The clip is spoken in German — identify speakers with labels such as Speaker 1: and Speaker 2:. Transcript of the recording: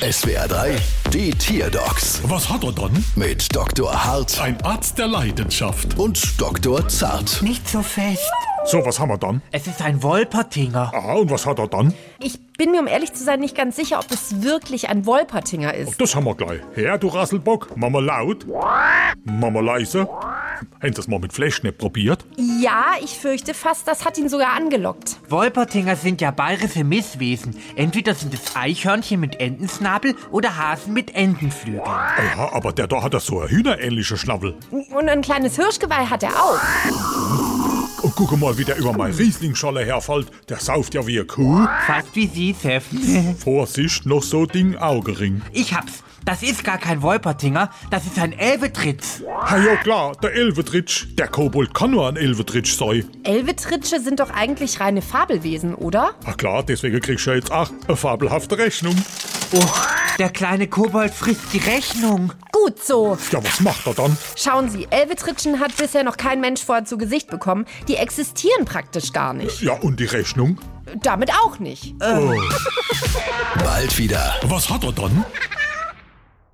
Speaker 1: SWR 3, die Tierdocs
Speaker 2: Was hat er dann?
Speaker 1: mit Dr. Hart
Speaker 2: Ein Arzt der Leidenschaft.
Speaker 1: und Dr. Zart.
Speaker 3: Nicht so fest.
Speaker 2: So, was haben wir dann?
Speaker 3: Es ist ein Wolpertinger.
Speaker 2: Ah, und was hat er dann?
Speaker 4: Ich bin mir, um ehrlich zu sein, nicht ganz sicher, ob es wirklich ein Wolpertinger ist.
Speaker 2: Das haben wir gleich. Her, du Rasselbock. Mama laut. Mama leise. Haben Sie das mal mit Fleischknepp probiert?
Speaker 4: Ja, ich fürchte fast, das hat ihn sogar angelockt.
Speaker 3: Wolpertinger sind ja bayerische Misswesen. Entweder sind es Eichhörnchen mit Entensnabel oder Hasen mit Entenflügeln.
Speaker 2: Ja, aber der da hat ja so eine hühnerähnliche Schnabel.
Speaker 4: Und ein kleines Hirschgeweih hat er auch.
Speaker 2: Und guck mal, wie der über meine Rieslingscholle herfällt. Der sauft ja wie eine Kuh.
Speaker 3: Fast wie Sie, Chef.
Speaker 2: Vorsicht, noch so Ding Augering.
Speaker 3: Ich hab's. Das ist gar kein Wolpertinger, das ist ein Elvetritz.
Speaker 2: Ah ja klar, der Elvetritsch. Der Kobold kann nur ein Elvetritsch sein.
Speaker 4: Elvetritsche sind doch eigentlich reine Fabelwesen, oder?
Speaker 2: Ah klar, deswegen kriegst du ja jetzt auch eine fabelhafte Rechnung.
Speaker 3: Oh, der kleine Kobold frisst die Rechnung.
Speaker 4: Gut so.
Speaker 2: Ja, was macht er dann?
Speaker 4: Schauen Sie, Elvetritschen hat bisher noch kein Mensch vorher zu Gesicht bekommen. Die existieren praktisch gar nicht.
Speaker 2: Ja, und die Rechnung?
Speaker 4: Damit auch nicht.
Speaker 1: Bald wieder.
Speaker 2: Was hat er dann?